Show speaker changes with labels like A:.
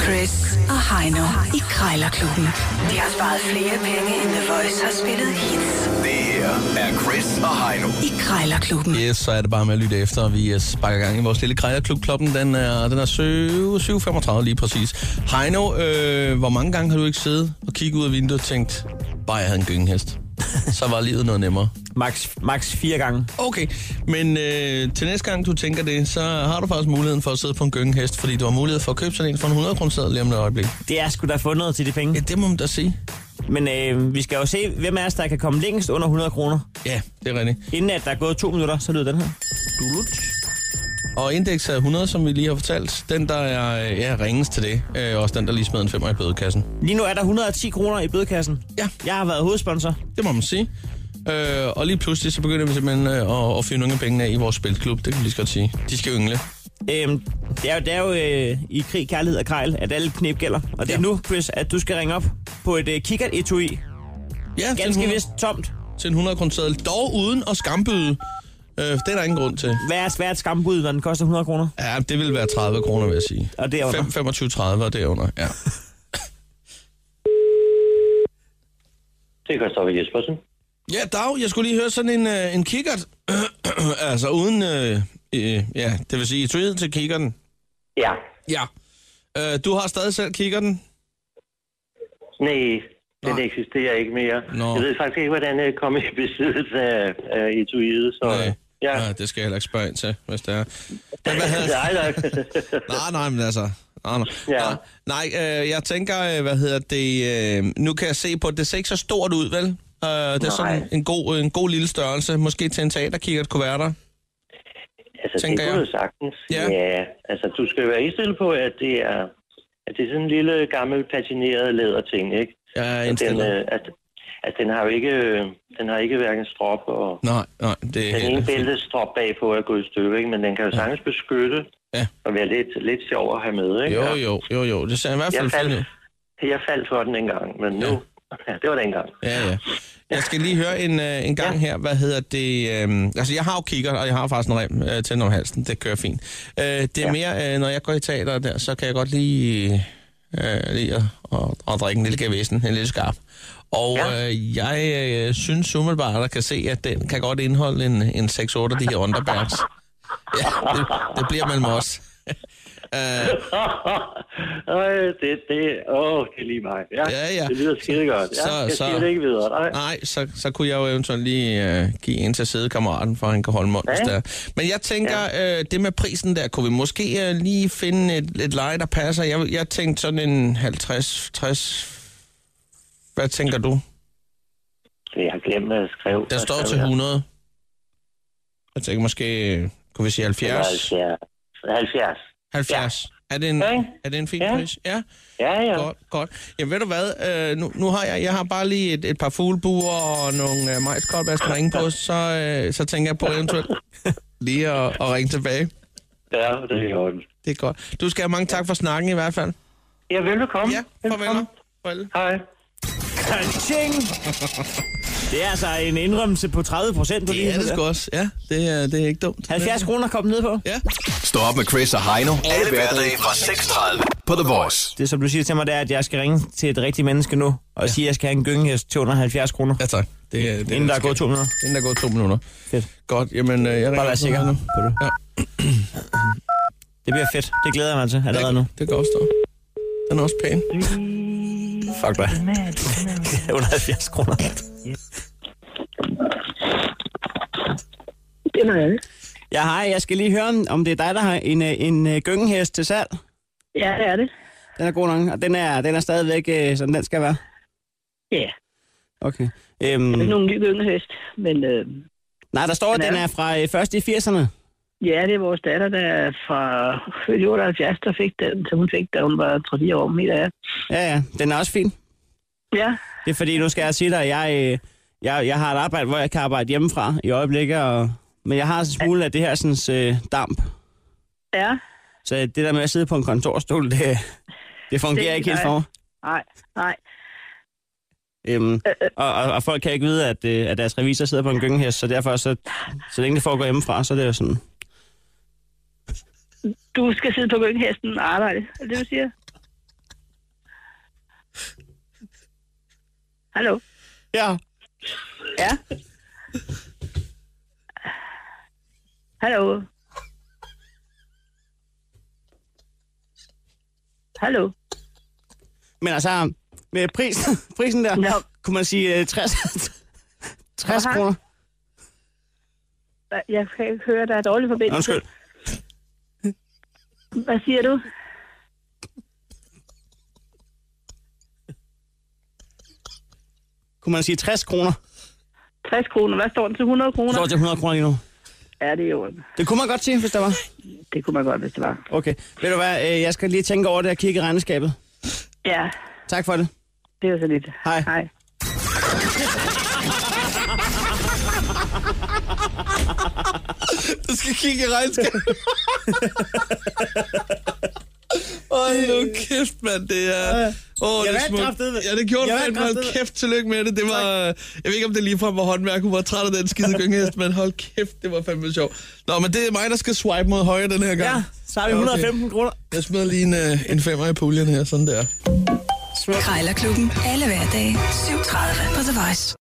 A: Chris og Heino i Krejlerklubben. De har sparet flere penge, end The Voice har spillet hits
B: Det her er Chris og Heino.
A: i Krejlerklubben.
C: Yes, så er det bare med at lytte efter, og vi øh, sparker gang i vores lille krejlerklub. Klokken den er, den er 7, 7.35 lige præcis. Heino, øh, hvor mange gange har du ikke siddet og kigget ud af vinduet og tænkt, bare jeg havde en gyngehest, så var livet noget nemmere.
D: Max, max fire gange.
C: Okay, men øh, til næste gang du tænker det, så har du faktisk muligheden for at sidde på en gyngehest, fordi du har mulighed for at købe sådan en for en 100 kroner seddel lige om et øjeblik.
D: Det er sgu da fundet til de
C: Ja,
D: penge.
C: det må man da sige.
D: Men øh, vi skal jo se, hvem af os, der kan komme længst under 100 kroner.
C: Ja, det er rigtigt.
D: Inden at der er gået to minutter, så lyder den her.
C: Og indeks er 100, som vi lige har fortalt. Den, der er øh, ja, ringes til det, øh, også den, der lige smed en femmer i bødekassen.
D: Lige nu er der 110 kroner i bødekassen.
C: Ja.
D: Jeg har været hovedsponsor.
C: Det må man sige. Øh, og lige pludselig så begynder vi simpelthen øh, at, at fyre nogle af pengene af i vores spilklub. Det kan vi lige så godt sige. De skal yngle.
D: Øhm, det er jo, det er jo øh, i krig, kærlighed og krejl, at alle knep gælder. Og det er
C: Ja.
D: nu, Chris, at du skal ringe op på et øh, kikkert-etui.
C: Ja, til en
D: Ganske
C: 100
D: vist tomt.
C: Til en 100 kroner seddel. Dog uden at skambyde. Øh, det er der ingen grund til.
D: Hvad er svært skambud, når den koster 100 kroner?
C: Ja, det vil være 30 kroner, vil jeg sige.
D: Og derunder.
C: 25, 30 og derunder, ja.
E: Det er Christoffer Jespersen.
C: Ja, Dag, jeg skulle lige høre sådan en, øh, en kikkert. altså uden, øh, øh, ja, det vil sige, tøjet til kikkerten.
E: Ja.
C: Ja. Øh, du har stadig selv kikkerten?
E: Nej, den
C: Nej.
E: eksisterer ikke mere.
C: Nå.
E: Jeg ved faktisk ikke, hvordan jeg kom i besiddelse af, af etuiet. Så,
C: Nej.
E: Ja.
C: Øh, Nej, det skal jeg heller ikke spørge ind til, hvis det er. Men hvad hedder
E: Nej, nej.
C: Nej, nej, men altså... Nej, nej.
E: Ja.
C: Ja. nej øh, jeg tænker, øh, hvad hedder det... Øh, nu kan jeg se på, det ser ikke så stort ud, vel? Øh, det er sådan
E: Nej.
C: en god, øh, en god lille størrelse. Måske til en teaterkikkert kunne være der.
E: altså,
C: tænker
E: det kunne
C: jeg.
E: du sagtens.
C: Ja.
E: ja. altså, du skal være indstillet på, at det er, at det er sådan en lille, gammel, patineret læderting, ikke?
C: Jeg er
E: Og den,
C: indstillet.
E: øh, at, at den har jo ikke, øh, den har ikke hverken strop og...
C: Nej, nej, det er
E: Den ene
C: helt...
E: bæltestrop bagpå er gået i stykker, ikke? men den kan jo sagtens beskytte
C: Ja.
E: og være lidt, lidt sjov at have med. Ikke?
C: Jo,
E: Og-
C: jo, jo, jo. Det ser i hvert
E: Jeg
C: fald fint ud.
E: faldt, jeg faldt for den engang, men nu... Ja. det var dengang.
C: Ja, ja. Jeg skal lige høre en, øh, en gang her, hvad hedder det... Øh, altså, jeg har jo kigger, og jeg har faktisk en rem øh, til om halsen. Det kører fint. Øh, det er ja. mere, øh, når jeg går i teater der, så kan jeg godt lige, øh, lige at, at, at drikke en lille gavæsen, en lille skarp. Og
E: Ja.
C: øh, jeg øh, synes umiddelbart, at jeg kan se, at den kan godt indeholde en, en 6-8 af de her underbærs. Ja, det, det bliver mellem os. Øh,
E: Øj, det, det, åh, det er lige mig. Ja,
C: Ja, ja.
E: Det lyder skide godt. Ja,
C: Så-
E: så, jeg
C: så-
E: siger det ikke videre. Nej.
C: Nej, så, så kunne jeg jo eventuelt lige øh, give en til sædekammeraten, for at han kan holde mund, ja. hvis
E: Ja.
C: det er. Men jeg tænker, ja. øh, det med prisen der, kunne vi måske øh, lige finde et, et leje, der passer? Jeg, jeg tænkte sådan en 50, 60... Hvad tænker du?
E: Det, jeg har glemt, hvad jeg skrev.
C: Der
E: Hvad
C: står
E: skrev
C: til
E: jeg?
C: 100. Jeg tænker måske, øh, kunne vi sige 70?
E: 70. 70.
C: 70. Er det en,
E: Ja, ikke?
C: er det en fin
E: Ja.
C: pris? Ja.
E: Ja, ja.
C: Godt, godt. Jamen ved du hvad, øh, nu, nu har jeg, jeg har bare lige et, et par fuglebuer og nogle øh, majskolb, jeg skal ringe på, så, øh, så tænker jeg på eventuelt lige at, at ringe tilbage.
E: Ja, det er i orden.
C: Det er godt. Du skal have mange tak for snakken i hvert fald.
E: Ja, velbekomme.
C: Ja, farvel.
E: Velbekomme.
C: Farvel.
E: Hej.
D: Kaching! Det er altså en indrømmelse på 30 procent, du lige
C: Ja, det
D: der.
C: skal også. Ja, det er, det er ikke dumt.
D: 70 kroner kom den ned på.
C: Ja.
B: Stå op med Chris og Heino. Alle hverdage fra 6.30 på The Voice.
D: Det, som du siger til mig, det er, at jeg skal ringe til et rigtigt menneske nu, og ja. sige, at jeg skal have en gyngehest til under 70 kroner,
C: Ja, tak. Det, er- det,
D: inden der er
C: skal-
D: gået to minutter.
C: Inden der er gået to minutter.
D: Fedt.
C: Godt, jamen øh, jeg ringer
D: Bare vær
C: til
D: sikker
C: dig nu.
D: på det.
C: Ja.
D: Det bliver fedt. Det glæder jeg mig til allerede nu.
C: Det, det kan også stå. Den er også pæn.
D: Fuck dig. under 70 kroner.
F: Det er noget.
D: Ja, hej. Jeg skal lige høre, om- om det er dig, der har en, øh, en øh, gyngehest til salg.
F: Ja, det er det.
D: Den er god nok, og den er, den er stadigvæk, øh, som den skal være.
F: Ja,
D: Okay.
F: mm.
D: Øhm,
F: nogle ny gyngehest, men øh,
D: nej, der står, at den
F: Den er-
D: er fra øh, først i 80'erne.
F: ja, det er vores datter, der er fra født i 78, der fik den, så hun fik, da hun var 3-4 år, mener jeg.
D: Ja, ja. Den er også fin.
F: Ja,
D: Det er fordi, nu skal jeg sige dig, at jeg, øh, jeg, jeg har et arbejde, hvor jeg kan arbejde hjemmefra i øjeblikket, og, men jeg har en smule af det her sådan, øh, damp.
F: ja,
D: Så det der med at sidde på en kontorstol, det, det fungerer
F: Det er
D: ikke helt for mig.
F: nej, nej,
D: Øhm, og, og, og, folk kan ikke vide, at, øh, at deres revisor sidder på en gyngehest, så derfor, så, så længe det foregår hjemmefra, så er det jo sådan...
F: du skal sidde på gyngehesten og arbejde, er det det, du siger? Hallo?
D: Ja.
F: Ja? Hallo? Hallo?
D: Men altså, med prisen, prisen der,
F: Nå.
D: kunne man sige øh, 60, 60
F: Aha.
D: kroner.
F: Hva- Jeg kan ikke høre, der er dårlig forbindelse.
D: Undskyld.
F: Hvad siger du?
D: Kunne man sige 60 kroner?
F: 60 kroner. Hvad står den til 100 kroner?
D: Står til 100 kroner lige nu.
F: Ja, det er jo...
D: Det kunne man godt sige, hvis der var.
F: Det kunne man godt, hvis det var.
D: Okay. Ved du hvad, øh, jeg skal lige tænke over det og kigge i regnskabet.
F: Ja,
D: Tak for det.
F: det er jo så lidt.
D: Hej.
F: Hej.
C: Du skal kigge i regnskabet. Åh, nu kæft, mand, det er... Åh, det
D: Jeg
C: er
D: vandt
C: smukt.
D: kraftedeme.
C: Ja, det gjorde
D: Jeg
C: du
D: vandt
C: fandme. Hold
D: kraftedeme.
C: kæft, tillykke med det. Det var... Jeg ved ikke, om det lige frem var håndværk. Hun var træt af den skide gyngehest, men hold kæft, det var fandme sjovt. Nå, men det er mig, der skal swipe mod højre den her gang.
D: så har vi
C: Ja, okay.
D: 115 kroner.
C: Jeg smider lige en, øh, en femmer i puljen her, sådan der.
A: Krejlerklubben. Alle hverdage. 7.30 på The Voice.